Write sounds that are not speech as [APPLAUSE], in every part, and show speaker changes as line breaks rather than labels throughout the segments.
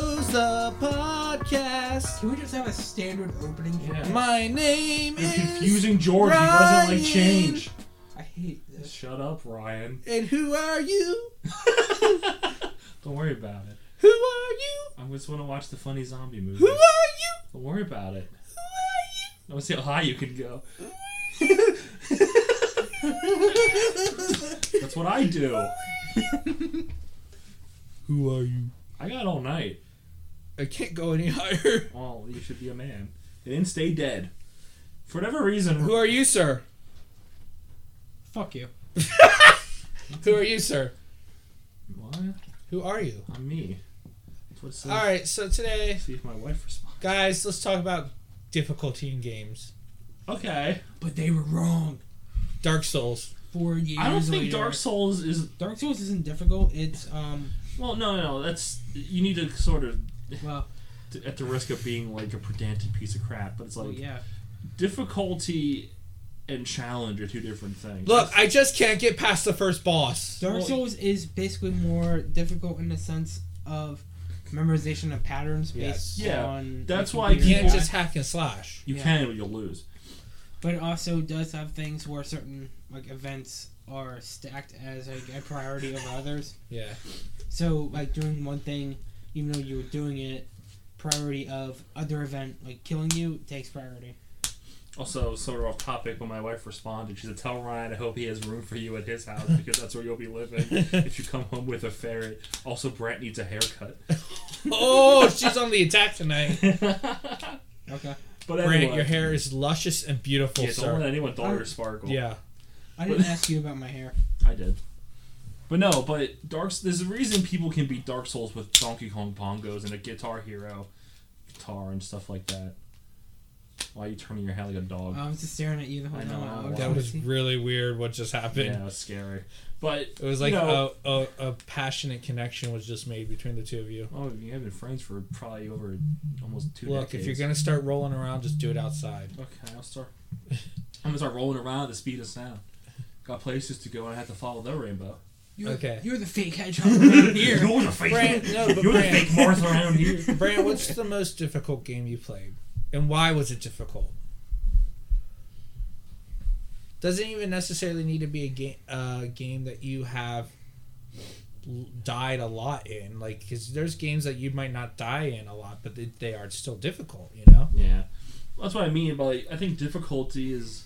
a podcast.
Can we just have a standard opening?
Yeah.
My name
You're
is
confusing George. He doesn't like change.
I hate this.
Shut up, Ryan.
And who are you?
Don't worry about it.
Who are you?
I just want to watch the funny zombie movie.
Who are you?
Don't worry about it.
Who are you?
I want to see how high you can go. That's what I do.
[LAUGHS] Who are you?
I got all night.
I can't go any higher.
Well, you should be a man. It didn't stay dead. For whatever reason,
Who are you, sir?
Fuck you.
Who are you, sir?
what?
Who are you?
I'm me. That's what it says.
All right, so today,
See if my wife responds.
guys, let's talk about difficulty in games.
Okay.
But they were wrong.
Dark Souls.
Four years.
I don't think
later.
Dark Souls is.
Dark Souls isn't difficult. It's um.
Well, no, no. That's you need to sort of,
Well,
at the risk of being like a pedantic piece of crap, but it's like
well yeah.
difficulty and challenge are two different things.
Look, I just can't get past the first boss.
Dark
Well-
Souls is basically more difficult in the sense of memorization of patterns
Yes.
based
Yeah,
on.
that's
the
why I
You
computer.
can't just hack and slash.
you
yeah.
can, but you'll lose.
But it also does have things where certain like events are stacked as like a priority over others.
Yeah.
So like doing one thing, even though you were doing it, priority of other event like killing you takes priority.
Also, sort of off topic, when my wife responded, she said, "Tell Ryan I hope he has room for you at his house because that's where you'll be living if you come home with a ferret." Also, Brett needs a haircut.
Oh, she's on the attack tonight.
Okay.
But
Brant,
anyway,
your hair is luscious and beautiful,
Yeah, don't let
sir.
anyone dull your sparkle.
Yeah.
I didn't ask you about my hair.
I did. But no, but Dark there's a reason people can beat Dark Souls with Donkey Kong bongos and a Guitar Hero guitar and stuff like that. Why are you turning your head like a dog?
I was just staring at you the whole
I
time.
know,
I
I
looked
That
at
was
you.
really weird what just happened.
yeah, that's scary. But
It was like uh,
you know-
a, a, a passionate connection was just made between the two of you.
oh, you have been friends for probably over almost two.
Look, if
decades.
you're gonna start rolling around, just do it outside.
okay, I'll start. I'm gonna start rolling around at the speed of sound. Got places to go, and I have to follow their rainbow.
You're,
Okay.
You're the fake hedgehog
[LAUGHS]
around
[LAUGHS] You're
here.
the fake.
Brand- no, but
you're
Brand-
the fake Martha around here.
Brant, what's the most difficult game you played, and why was it difficult? Doesn't even necessarily need to be a game uh, game that you have l- died a lot in, like because there's games that you might not die in a lot, but they, they are still difficult. You know?
[LAUGHS] Yeah, Well, that's what I mean. But like, I think difficulty is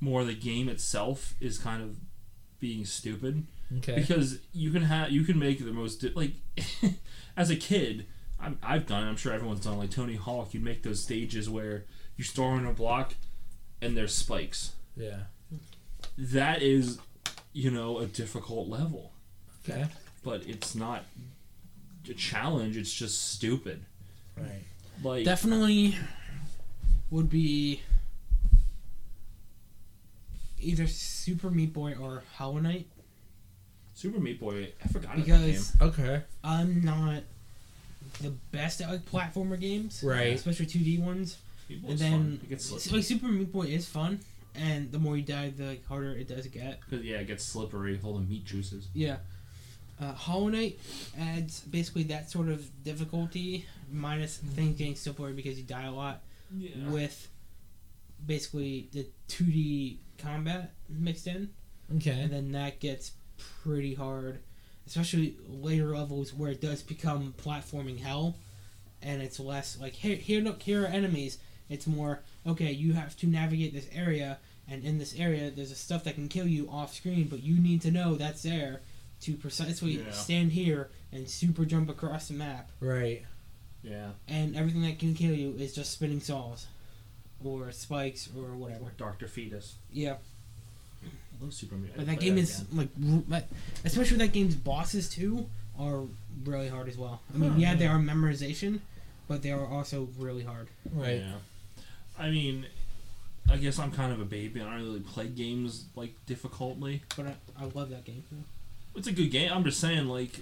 more the game itself is kind of being stupid
Okay.
because you can have you can make the most di- like [LAUGHS] as a kid I'm, I've done it, I'm sure everyone's done it, like Tony Hawk you'd make those stages where you start on a block and there's spikes
Yeah.
that is you know a difficult level
Okay.
but it's not a challenge it's just stupid
Right.
like
Definitely would be either Super Meat Boy or Hollow Knight
Super Meat Boy I forgot about that game
because
Okay.
I'm not the best at like platformer games,
Right.
Especially 2D ones.
Meat Boy's
and
fun.
then
it gets slippery.
like Super Meat Boy is fun, and the more you die, the like, harder it does get.
'Cause, yeah, it gets slippery with all the meat juices.
Yeah. Uh, Hollow Knight adds basically that sort of difficulty, minus things getting simpler because you die a lot,
Mm-hmm. Yeah.
with basically the 2D combat mixed in,
Okay.
and then that gets pretty hard, especially later levels where it does become platforming hell, and it's less like here, here, look, here are enemies. It's more okay, you have to navigate this area, and in this area, there's a stuff that can kill you off screen, but you need to know that's there to precisely
Yeah.
stand here and super jump across the map,
Right.
yeah.
and everything that can kill you is just spinning saws. Or spikes, or whatever.
Dr. Fetus.
Yeah,
I love Super Meat.
but
I'd
that
play
game is
again.
like, r- like, especially that game's bosses too are really hard as well. I mean,
Huh.
yeah, they are memorization, but they are also really hard.
Right.
Yeah. I mean, I guess I'm kind of a baby. I don't really play games, like, difficultly.
But I, I love that game.
It's a good game. I'm just saying, like,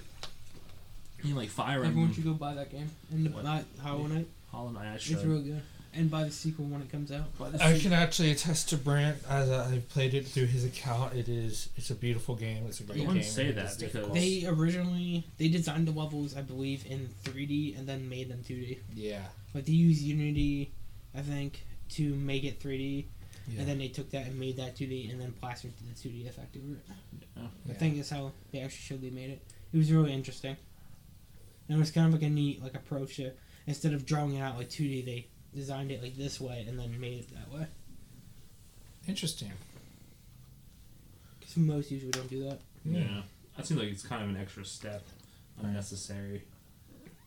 you know, like Fire
Everyone
Emblem.
should go buy that game and
What?
not Hollow Knight.
Hollow Knight, I
It's
should.
real good. and buy the sequel when it comes out.
I can actually attest to Brant as I've played it through his account. It is it's a beautiful game. It's a great
I
game.
wouldn't say
It
that
is
because-
difficult.
They originally they designed the levels, I believe, in 3D and then made them 2D.
yeah,
Like they used Unity, I think, to make it 3D,
yeah.
and then they took that and made that 2D, and then plastered the 2D effect over it. I
Yeah.
think is how they actually showed they made it. It was really interesting, and it was kind of like a neat like approach to instead of drawing it out like 2D, they designed it like this way and then made it that way.
interesting.
Because most usually don't do that.
Yeah. That seems like it's kind of an extra step, unnecessary,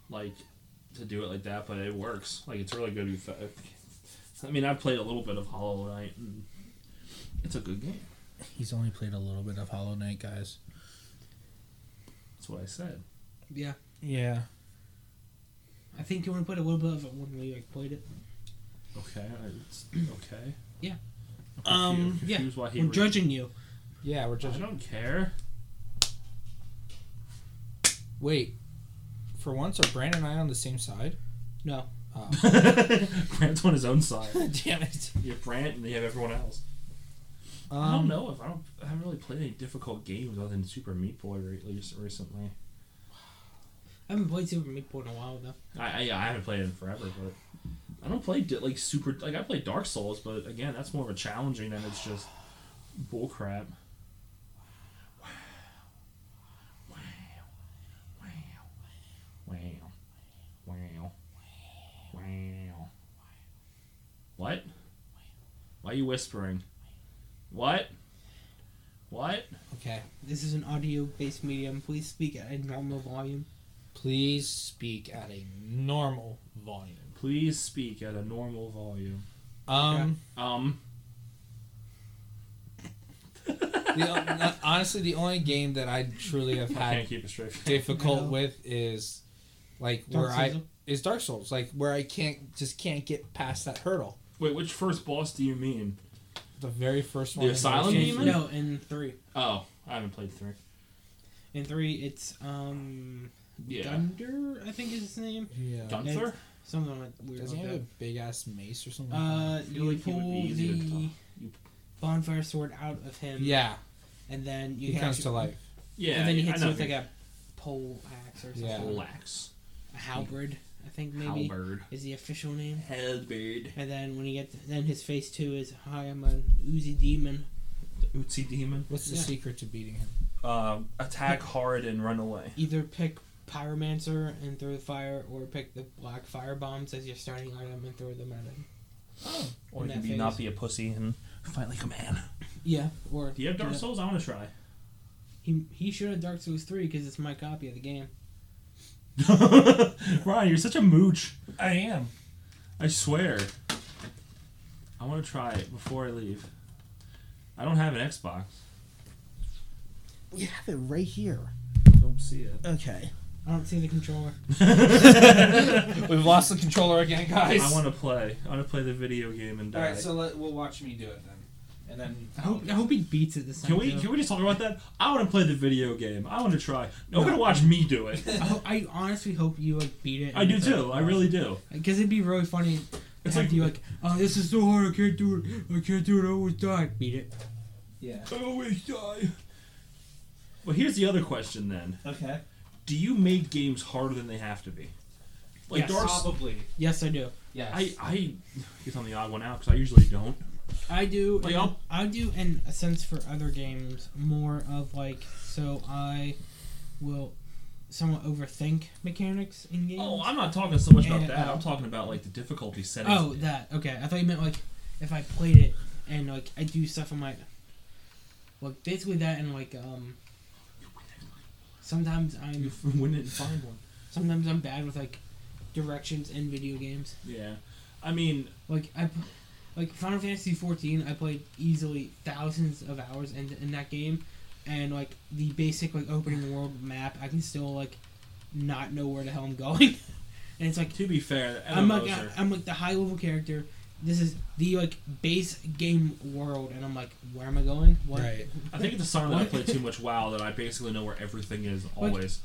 like to do it like that, but it works. Like it's really good. effect. I mean, I've played a little bit of Hollow Knight. And it's a good game.
He's only played a little bit of Hollow Knight, guys.
That's what I said.
Yeah,
Yeah.
I think you want to put a little bit of it when we like played it.
Okay. It's okay.
Yeah.
I'm
Um,
confu-
yeah.
confused Why he
I'm
re-
judging you.
Yeah, we're
I
just
don't [LAUGHS] care.
wait. For once, are Brant and I on the same side? [LAUGHS]
No.
Oh.
Brant's on his own side.
Damn it.
You have Brant, and then you have everyone else.
Um,
I don't know if I don't. I haven't really played any difficult games other than Super Meat Boy re- recently.
I haven't played Super Meat Boy in a while though.
I, I yeah, I haven't played it in forever, but I don't play di- like super like I play Dark Souls, but again, that's more of a challenging and it's just bullcrap. Wow, wow, wow, wow, wow, wow. What? Why are you whispering? What? What?
Okay.
This is an audio-based medium. Please speak at a normal volume.
Please speak at a normal volume.
Please speak at a normal volume.
Um.
Um.
the, [LAUGHS] uh, honestly, the only game that I truly have
I
had
can't keep it straight.
difficult
No.
with is like
Dark
where I
Souls?
is Dark Souls, like where I can't just can't get past that hurdle.
Wait, which first boss do you mean?
The very first
The
one.
Asylum
Yeah.
Demon?
Oh, No, in three.
Oh, I haven't played three.
In three, it's um
Yeah.
Dunder, I think is his name.
Yeah.
Gunther?
Something like weird
Doesn't he
like
have a
that.
big ass mace or something?
Uh,
feel
you
like he would
pull
be easier to
the
talk. You-
bonfire sword out of him.
yeah,
And then you
he
can
comes
actually-
to life.
Yeah.
and then he hits
I
you
know
with like
you-
a pole axe or something.
Yeah.
Lax.
A halberd, I think maybe
Halberd.
is the official name.
Halberd.
And then when he gets, then his face too is, "Hi, I'm an Uzi demon."
The Utsi demon.
What's the
Yeah.
secret to beating him?
Um, [LAUGHS] attack hard and run away.
Either pick pyromancer and throw the fire, or pick the black fire bombs as your starting item and throw them at him.
Or
In
you can
that
be, not
phase.
be a pussy and fight like a man.
Yeah, or
Do you have Dark
yeah.
Souls? I want to try.
He he should have Dark Souls three because it's my copy of the game.
[LAUGHS] Ryan, you're such a mooch.
I am.
I swear. I want to try it before I leave. I don't have an Xbox.
We have it right here.
Don't see it. [LAUGHS]
Okay.
I don't see the controller.
[LAUGHS] We've lost the controller again, guys.
I want to play. I want to play the video game and die.
All right, so let, we'll watch me do it then, and then
I hope I hope he beats it this time.
Can we
too.
can we just talk about that? I want to play the video game. I want to try. No, gonna watch me do it.
I, ho- I honestly hope you like beat it.
I do too. I really do.
Because it'd be really funny.
It's
It's like
like-
you like, oh, this is so hard. I can't do it. I can't do it. I always die. Beat it.
yeah.
I always die. Well, here's the other question then.
Okay.
Do you make games harder than they have to be? Like
Yes.
Dark. S-
Probably.
Yes, I do.
Yes.
I I get on the odd one out because I usually don't.
I do.
Like,
and
I'll-
I do in a sense for other games more of like so I will somewhat overthink mechanics in games.
Oh, I'm not talking so much about
And,
that.
uh,
I'm talking about like the difficulty setting.
Oh, that. Okay. I thought you meant like if I played it and like I do stuff on my like basically that and like um sometimes
You
I'm
f- [LAUGHS] win it and find one.
sometimes I'm bad with like directions in video games.
Yeah. I mean,
Like I p- like Final Fantasy 14, I played easily thousands of hours in in that game and like the basic like opening world map, I can still like not know where the hell I'm [LAUGHS] going. and it's like
to be fair,
I'm like
MMOs
I,
are-
I'm like the high level character. This is the like base game world, and I'm like, where am I going? What?
[LAUGHS]
Right.
I think it's a sign that I
What?
play too much WoW that I basically know where everything is always.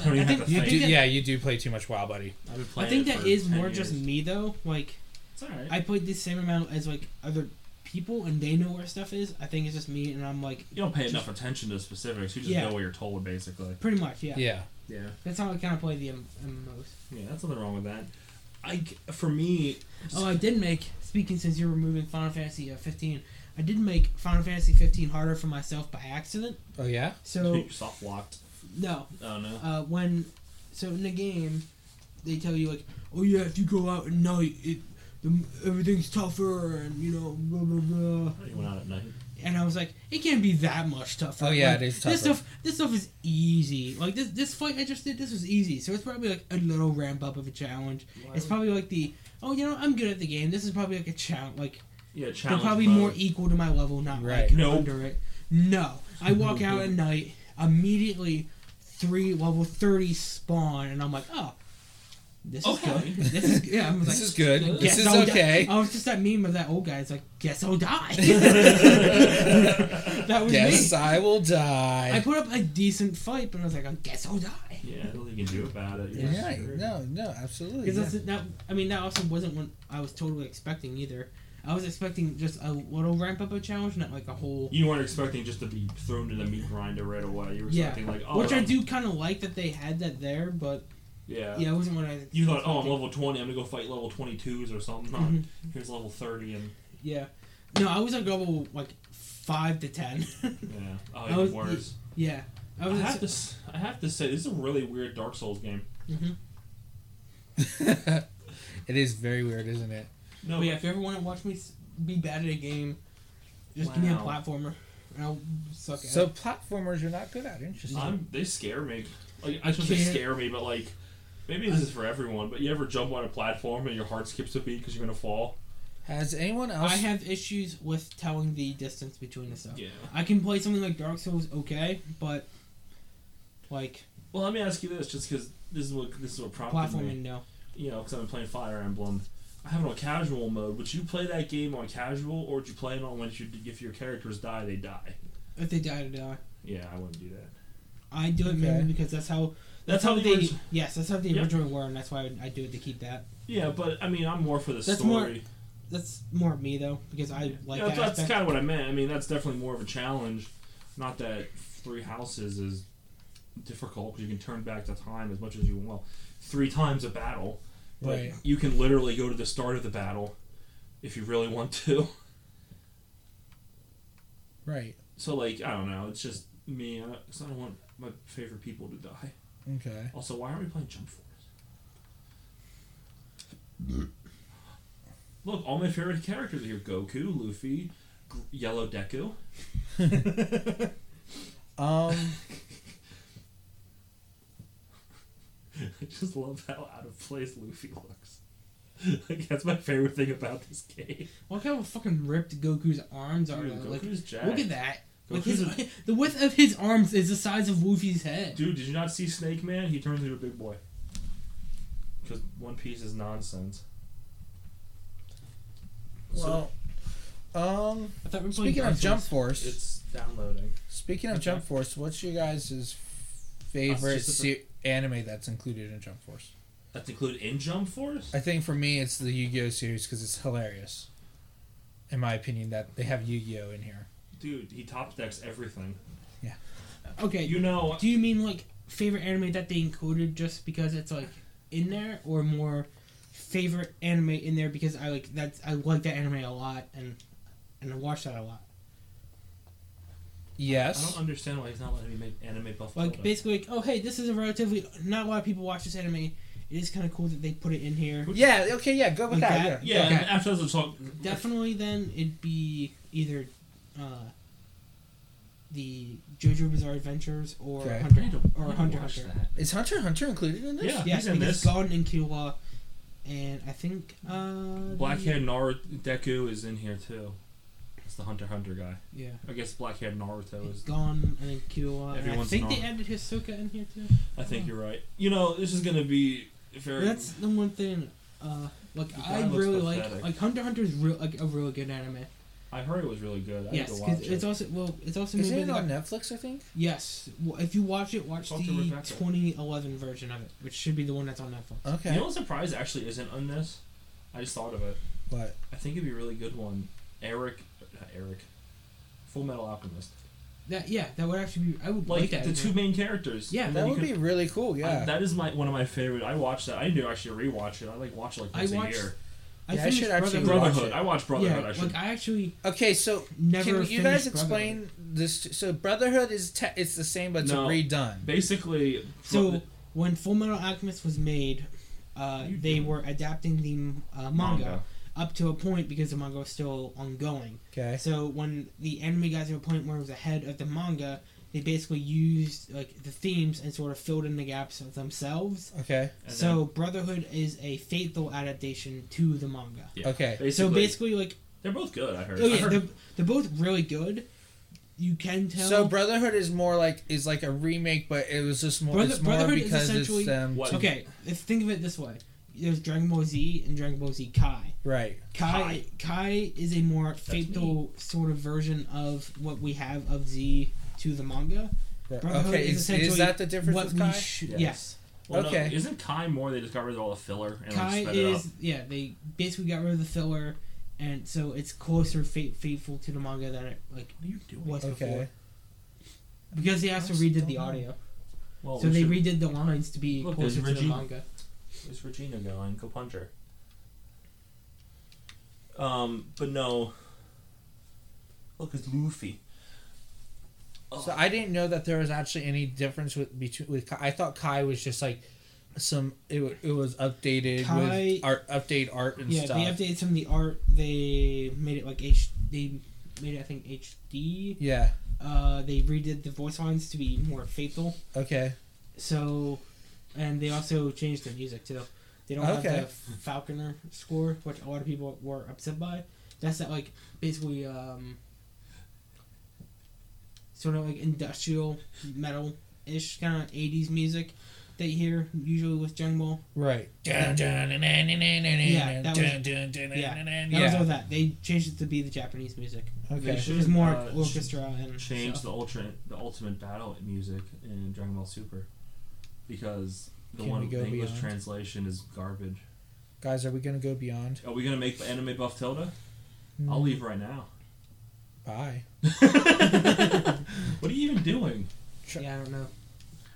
I don't even
I
have to
think-
You
I
think.
do,
that-
yeah, you do play too much WoW, buddy.
I've been
I
playing
think
it
that
for
is
10
more just
years.
me though. Like
It's alright.
I played the same amount as like other people, and they know where stuff is. I think it's just me, and I'm like
you don't pay enough attention to specifics. You just
Yeah.
know what you're told, basically.
pretty much yeah.
Yeah.
Yeah.
That's how I kind of play the M- MMOs.
Yeah, that's nothing wrong with that. I, g- for me,
Oh,
[LAUGHS]
I did make speaking since you were moving Final Fantasy uh, 15. I did make Final Fantasy 15 harder for myself by accident.
Oh yeah.
So
soft locked.
no,
Oh no.
uh, when so in the game they tell you like oh yeah if you go out at night it the, everything's tougher and you know blah blah blah
You went out at night.
and I was like it can't be that much tougher
Oh, yeah,
Like,
it is
this
tougher.
stuff this stuff is easy like this this fight I just did this was easy so it's probably like a little ramp up of a challenge it's probably like the oh you know I'm good at the game this is probably like a challenge like
yeah, challenge.
they're probably
mode. [LAUGHS]
more e- equal to my level, not
Right.
like
Nope.
under it. No, I
[LAUGHS]
walk out at night immediately. Three level thirty spawn, and I'm like, oh, this
Okay.
is good. This is yeah. I was
[LAUGHS] This
like,
is good. Oh,
"Guess
This is
I'll die."
okay.
I was just that meme of that old guy. It's like, guess I'll
[LAUGHS]
die. [LAUGHS]
yeah,
that was
Yes,
me.
I will
I
die.
put up a decent fight, but I was like, I guess I'll die.
I don't think you can do about it.
Yeah,
yeah.
sure.
No. No. Absolutely.
Because
Yeah.
that's that. I mean, that also wasn't what I was totally expecting either. I was expecting just a little ramp up of challenge, not like a whole
You weren't expecting just to be thrown to the meat grinder right away. You were
Yeah.
expecting like, oh,
Which I
I'm-
do kind of like that they had that there, but
Yeah.
yeah, it wasn't what I.
You thought, oh, I'm
expected.
level 20. I'm gonna go fight level 22s or something. No,
Mhm.
Here's level 30 and
Yeah, no, I was like level like five to ten. [LAUGHS]
yeah. Oh,
I
even
was-
worse.
yeah, I
I,
was.
have to. s- I have to say, this is a really weird Dark Souls game.
hmm
[LAUGHS] it is very weird, isn't it?
No,
But yeah, if you ever want to watch me s- be bad at a game, just give me a
Wow.
platformer, and I'll suck at
So
it. Um,
platformers you're not good at. Interesting.
I'm, they scare me. Like I shouldn't say
Can't-
scare me, but like maybe this is for everyone. But you ever jump on a platform and your heart skips a beat because you're gonna fall?
Has anyone else?
I have issues with telling the distance between the stuff.
Yeah.
I can play something like Dark Souls okay, but like
Well, let me ask you this, just because this is what this is what prompted
platforming,
me.
no.
You know, because I've been playing Fire Emblem. I have it on casual mode. Would you play that game on casual, or would you play it on when you, if your characters die, they die?
If they die, they die.
Yeah, I wouldn't do that.
I do it
Okay.
mainly because that's how That's
That's, how
how
the
they.
orig-
yes, that's how the
Yep.
original were, and that's why I, I do it to keep that.
Yeah, but I mean, I'm more for the
That's more-
story.
That's more of me though, because I like
yeah,
that
that's
aspect.
kind of what I meant. I mean, that's definitely more of a challenge. Not that three houses is difficult 'cause you can turn back the time as much as you want. Three times a battle, but
Right.
you can literally go to the start of the battle if you really want to. [LAUGHS]
Right.
So, like, I don't know. It's just me. I, 'cause I don't want my favorite people to die.
Okay.
Also, why aren't we playing Jump Force? Look, all my favorite characters are here: Goku, Luffy, Gr- Yellow Deku.
Um.
[LAUGHS] I just love how out of place Luffy looks. [LAUGHS] like that's my favorite thing about this game.
Look how fucking ripped Goku's arms are.
Dude,
though. like,
Goku's jacked.
look at that. Like
Goku's
his, [LAUGHS] the width of his arms is the size of Luffy's head.
Dude, did you not see Snake Man? He turns into a big boy. Because One Piece is nonsense.
well. Um.
I thought we were playing
Speaking
Dark
of Jump
Souls.
so
Force.
it's downloading.
Speaking of
Okay.
Jump Force, what's your guys' favorite
Us, just
se- anime that's included in Jump Force?
That's included in Jump Force.
I think for me, it's the Yu Gi Oh series because it's hilarious. In my opinion, that they have Yu Gi Oh in here.
Dude, he top decks everything.
Okay,
You know,
do you mean like favorite anime that they included just because it's like in there, or more favorite anime in there because I like that's I like that anime a lot and and I watch that a lot.
I
Yes.
don't understand why he's not letting me make anime buff.
Like basically, like, oh hey, this is a relatively not a lot of people watch this anime. It is kind of cool that they put it in here.
Yeah. Okay. Yeah. Go with
Like
that.
that?
Yeah.
yeah.
okay.
And after this, we'll talk.
Definitely, then it'd be either uh, the JoJo Bizarre Adventures or
Okay.
I
Hunter
need to- I
or
need to
Hunter
watch
Hunter.
that.
Is Hunter x Hunter included in this?
Yeah.
Yes,
He's in
because
this.
Garden and Killua, and I think uh,
Black
the-
haired Naruto Deku is in here too. That's the Hunter x Hunter guy.
Yeah,
I guess black haired Naruto is.
Gon and then Killua. and I
Everyone's
think they
not-
added Hisoka in here too.
I think you're right. You know, this is gonna be very.
That's the one thing. Uh, like
The guy
I
looks
really
pathetic.
like like Hunter x Hunter is real like a really good anime.
I heard it was really good. I
Yes,
need to
'cause
watch
it's
it.
also well, it's also a
Isn't
movie.
it
that-
on Netflix? I think.
yes, well, if you watch it, watch
Talk
the
to Rebecca.
2011 version of it, which should be the one that's on Netflix.
Okay.
You know what surprise actually isn't on this? I just thought of it.
But
I think it'd be a really good one. Eric, not Eric, Full Metal Alchemist.
That yeah, that would actually be. I would like,
Like
that.
the two main characters.
Yeah,
And
that
then you
would
could-
be really cool.
I-
Yeah.
that is my one of my favorite. I watched that. I need to actually rewatch it. I like watch it like
I
once a
watched-
year.
I
Yeah, I
finished
should actually
Brotherhood.
watch
Brotherhood.
it.
I watched Brotherhood.
yeah,
I should.
like I actually
okay, so
never.
can you guys
finished Brotherhood.
explain this? To, so Brotherhood is te- it's the same, but it's
No.
redone.
Basically,
So when Full Metal Alchemist was made, uh,
You
they
do.
were adapting the uh, manga, up to a point because the manga was still ongoing.
Okay.
So when the anime got to a point where it was ahead of the manga, they basically used like the themes and sort of filled in the gaps of themselves.
Okay.
And
so Brotherhood is a faithful adaptation to the manga.
Yeah.
Okay.
basically,
So basically, like
they're both good. I heard.
oh
I
yeah,
heard-
they're, they're both really good. You can tell.
So Brotherhood is more like is like a remake, but it was just more.
Brother-
it's more
Brotherhood is
because
essentially-
it's um,
What?
okay, if, think of it this way: there's Dragon Ball Z and Dragon Ball Z Kai.
right.
Kai Kai is a more faithful sort of version of what we have of Z to the manga.
right.
Brotherhood
Okay.
is
Is, is
essentially
that the difference
what
with
we
Kai?
sh-
Yes.
yes.
well, no,
okay.
isn't Kai more? They discovered all the filler and
Kai
like, sped it up.
is yeah, they basically got rid of the filler and so it's closer fa- faithful to the manga than it like
What are you doing?
was
Okay.
before. Because they also
I just
redid
don't
the
know.
audio.
Oh,
Well,
so
we
they
should-
redid the lines to be
Look, there's
closer to the
Regina.
manga.
Where's Regina going? Go punch her. Um, but no. Look, it's Luffy. Oh.
So I didn't know that there was actually any difference with between with Kai. I thought Kai was just like some it, wa- it was updated
Kai-
with art update art and
Yeah,
stuff.
they updated some of the art. They made it like H they made it I think HD.
yeah.
Uh, they redid the voice lines to be more faithful.
Okay.
So, and they also changed the music too. They don't
Okay.
have the Falconer score, which a lot of people were upset by. That's that like basically um, sort of like industrial metal ish kind of eighties music that you hear usually with Dragon Ball.
Right.
Yeah, that was- That was all
yeah.
that. They changed it to be the Japanese music.
Okay.
It was more
Uh,
orchestra and
change
stuff.
the ultra the ultimate battle music in Dragon Ball Super because the
Can we
one
go
English
beyond?
translation is garbage.
Guys, are we gonna go beyond?
Are we gonna make the anime buff Tilda?
Mm.
I'll leave right now.
[LAUGHS]
[LAUGHS]
Hmm, Bye.
what are you even doing?
Sure.
Yeah, I don't know.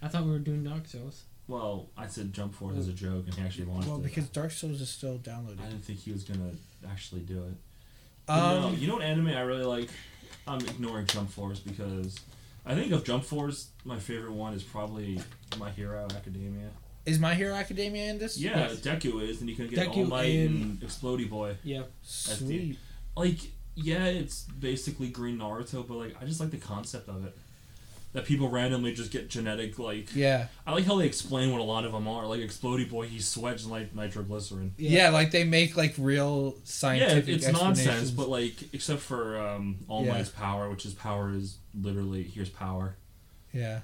I thought we were doing Dark Souls.
Well, I said jump forward as a joke, and he actually launched
Well,
it.
because Dark Souls is still
I
downloaded.
didn't think he was gonna actually do it. But no,
Um.
you know what anime I really like? I'm ignoring Jump Force because I think of Jump Force, my favorite one is probably My Hero Academia.
Is My Hero Academia in this?
Yeah,
Yes.
Deku is, and you can get
Deku
All Might
and-
and Explodey Boy.
Yeah.
the-
Sweet.
Like, yeah, it's basically Green Naruto, but like, I just like the concept of it. That people randomly just get genetic, like,
Yeah.
I like how they explain what a lot of them are. Like, Explodey Boy, he sweats like nitroglycerin.
yeah. like they make like real
Yeah,
scientific.
it- it's nonsense,
explanations.
but like, except for um, All
Yeah.
Might's power, which his power is literally here's power.
yeah,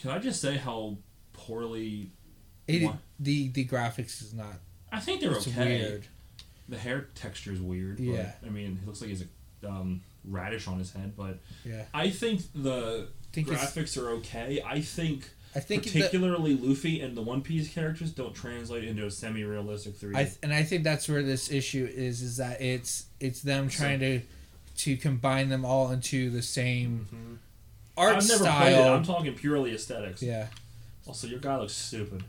Can I just say how poorly?
it,
Why?
the the graphics is not.
I think they're
it's
okay.
weird.
The hair texture is weird. but,
Yeah.
I mean, it looks like he's a um, radish on his head, but
Yeah,
I think the
Think it's-
graphics are okay. I think,
I think that,
particularly Luffy and the One Piece characters don't translate into a semi-realistic three.
I th- and I think that's where this issue is. Is that it's it's them trying to to combine them all into the same
Mhm.
art
I've never played it.
style.
I'm talking purely aesthetics.
yeah,
Also, your guy looks stupid.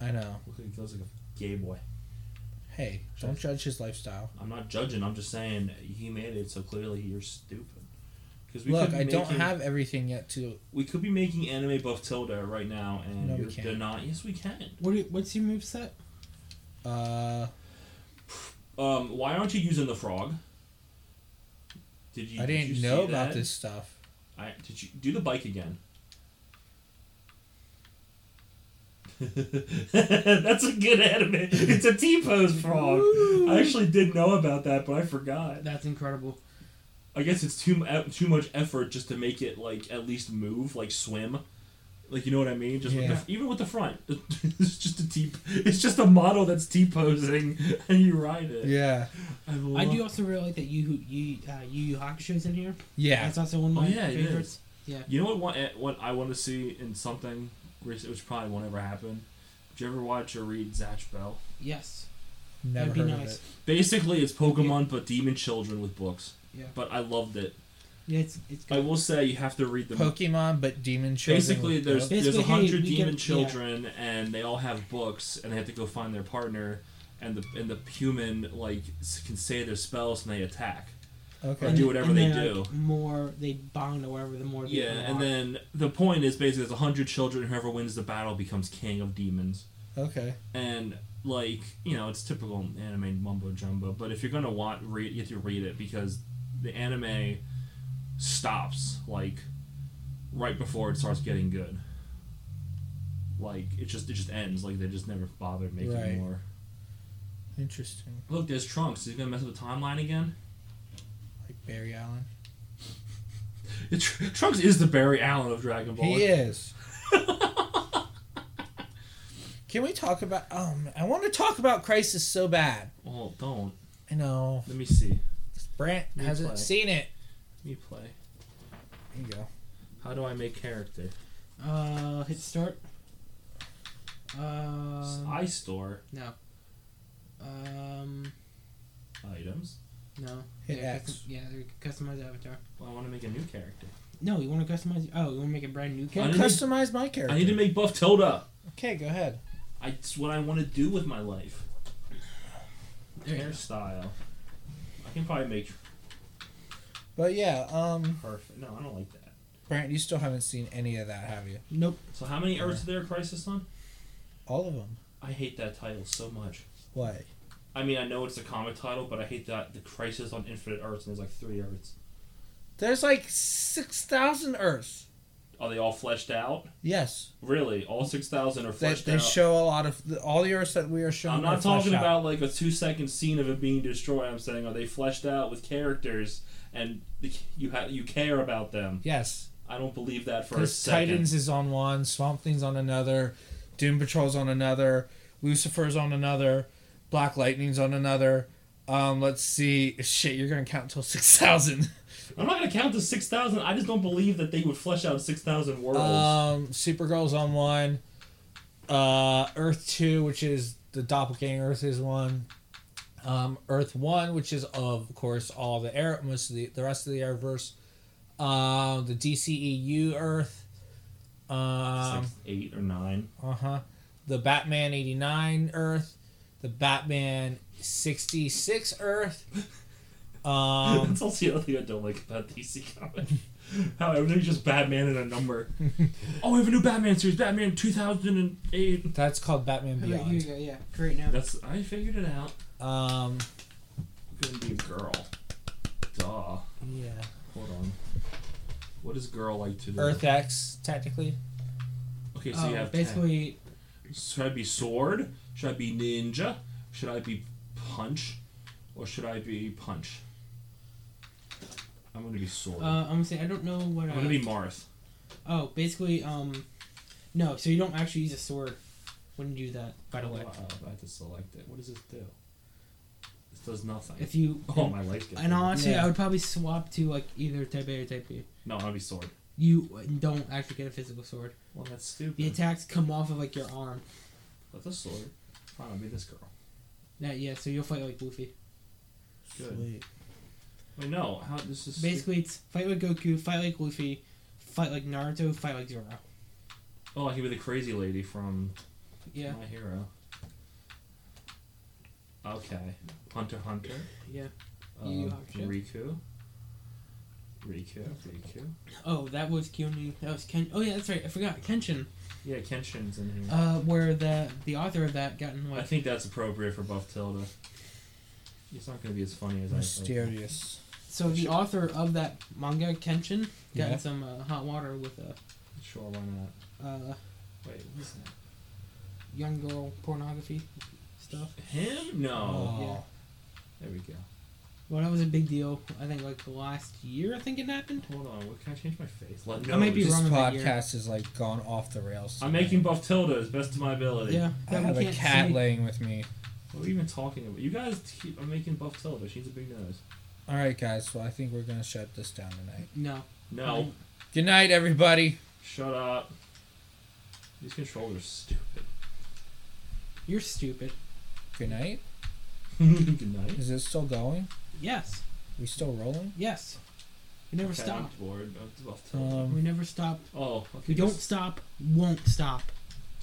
I know.
Look, He looks like a gay boy.
Hey, don't judge his lifestyle.
I'm not judging. I'm just saying he made it so clearly you're stupid. 'Cause
Look,
could be
I don't
making-
have everything yet to.
We could be making anime buff Tilda right now, and
No, we
you're,
can't.
they're not. Yes, we can.
What? do you- What's your moveset?
Uh,
Um, why aren't you using the frog? Did you?
I
did you
didn't
see
know about
that?
this stuff.
I, did you do the bike again? [LAUGHS] That's a good anime. It's a T pose frog. I actually did know about that, but I forgot.
That's incredible.
e, I guess it's too mu- too much effort just to make it like at least move, like swim. Like you know what I mean? Just
Yeah.
with the, even with the front, [LAUGHS] it's just a T. It's just a model that's T posing, [LAUGHS] and you ride it.
Yeah.
I, love,
I do also really like that you you uh, Yu Yu Hakusho's in here.
Yeah.
That's also one of
Oh,
my
yeah, it
favorites. Yeah.
You know what? One, eh, what I want to see in something, which which probably won't ever happen. Did you ever watch or read Zatch Bell?
Yes.
Never
That'd be
heard
nice.
of
Basically, it's Pokemon but Demon Children with books.
Yeah.
But I loved it.
Yeah, it's it's
I
good.
will say you have to read
it.
them.
Pokemon, but demon children.
Basically,
with
there's
dope.
there's
Basically,
a
hey,
hundred
we
demon
get-
children, and they all have books, and they have to go find their partner, and the and the human like s- can say their spells and they attack.
okay.
I do whatever they
they're,
do.
Like, more they bond or whatever, the more they
Yeah, and
unlock.
then the point is basically there's a hundred children. Whoever wins the battle becomes king of demons.
Okay.
And like you know, it's typical anime mumbo jumbo. But if you're gonna want read, you have to read it because the anime stops like right before it starts getting good. Like it just it just ends. Like they just never bothered making
Right.
more.
Interesting.
Look, there's Trunks. He's gonna mess up the timeline again. [LAUGHS]
Like Barry Allen.
Tr- Trunks is the Barry Allen of Dragon Ball.
He is.
[LAUGHS]
Can we talk about? Oh, man, I want to talk about Crisis so bad.
Well, don't.
I know.
Let me see.
Brant
Me
hasn't
play.
seen it.
Let me play.
There you go.
How do I make character?
uh, hit start. Um,
I store
no. Um,
items.
no.
Hit
yeah,
X.
Custom, yeah, they're customized avatar.
Well, I want to make a new character.
No, you want to customize? Oh, you want to make a brand new
I
character?
didn't-
Customize my character.
I need to make Buff Tilda.
okay, go ahead.
I, it's what I want to do with my life.
There you go.
Hairstyle. I can probably make
But yeah, um,
perfect. No, I don't like that.
Brant, you still haven't seen any of that, have you?
Nope.
So how many Earths are there, Crisis on?
All of them.
I hate that title so much.
What?
I mean, I know it's a comic title, but I hate that the Crisis on Infinite Earths and there's like three Earths.
There's like six thousand Earths.
Are they all fleshed out?
Yes,
Really, all six thousand are
they,
fleshed
they
out.
show a lot of the, all the Earths that we are showing.
I'm
are
not
fleshed
talking
out.
about like a two second scene of it being destroyed. I'm saying are they fleshed out with characters and the, you ha- you care about them.
Yes,
I don't believe that for a
because
second.
Titans is on one, Swamp Thing's on another, Doom Patrol's on another, Lucifer's on another, Black Lightning's on another. Um, let's see. Shit, you're gonna count until [LAUGHS] six thousand.
I'm not gonna count the six thousand. I just don't believe that they would flesh out six thousand worlds.
Um, Supergirl's on one. Uh, Earth two, which is the doppelganger Earth, is one. Um, Earth one, which is of course all the air, most of the the rest of the Arrowverse. Um, the DCEU Earth. Um,
Six, eight or nine.
uh huh. The Batman eighty nine Earth. The Batman sixty six Earth. Um, [LAUGHS]
[LAUGHS] That's also the other thing I don't like about DC comics. [LAUGHS] How everything's just Batman and
[LAUGHS]
a number. oh, we have a new Batman series, Batman two thousand and eight.
that's called Batman
Alright, here you
Beyond.
go. Yeah, great now.
That's I figured it out.
Um,
Couldn't be a girl. Duh.
yeah.
Hold on. What does girl like to do?
Earth X technically.
Okay, so
Oh,
you have basically.
basically,
Should I be sword? Should I be ninja? Should I be punch? Or should I be punch? I'm gonna be sword.
uh, I'm gonna say I don't know what.
I'm
uh,
gonna be Marth.
Oh, basically, um, no. So you don't actually use a sword when you do that. By the way,
Wow, I have to select it. What does this do? This does nothing.
if you
[LAUGHS] oh, my life. gets
and
better.
honestly,
Yeah.
I would probably swap to like either type A or type B.
No, I'm gonna be sword.
You don't actually get a physical sword.
Well, that's stupid.
The attacks come off of like your arm.
That's a sword. Fine, I'll be this girl.
Yeah, yeah. So you'll fight like Luffy.
Good.
Sweet.
Wait, no. How this is
Basically, it's fight like Goku, fight like Luffy, fight like Naruto, fight like Zoro.
Oh, I can be the crazy lady from
Yeah,
My Hero. Okay. Hunter x Hunter.
yeah.
Um,
Yu Yu Hakusho.
Riku. Riku. Riku.
Oh, that was Kyoni. That was Ken. Oh yeah, that's right. I forgot Kenshin.
Yeah, Kenshin's in here.
Uh, where the the author of that got in
I
like
think that's appropriate for Buff Tilda. It's not going to be as funny as I think.
Mysterious.
So the author of that manga, Kenshin, got
Yeah.
in some uh, hot water with a
Sure, why not?
uh,
Wait, who's that?
young girl pornography stuff.
Him? No.
Yeah.
Oh.
There we go.
Well, that was a big deal. I think like last year, I think it happened.
Hold on, what, can I change my face? Let
I might be
just-
this
wrong about your-
podcast is like gone off the rails.
I'm
tonight.
making buff tilda as best of my ability.
Yeah,
I
that we
have a
can't
cat
see.
laying with me.
What are we even talking about? You guys keep. I'm making buff tilda. She's a big nose.
All right, guys. So I think we're gonna shut this down tonight.
No.
No.
Um,
Good night, everybody.
Shut up. These controllers are stupid. [LAUGHS]
You're stupid.
Good night.
Good night.
Is it still going?
Yes.
We still rolling?
Yes. We never
Okay,
stop. Uh,
I'm bored. I'm buff tilda.
We
Um,
never stop.
oh, okay.
We don't
just
stop. Won't stop.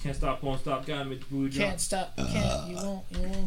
Can't stop, won't stop. Gotta make the booty drop.
stop. Can't. You won't. You won't.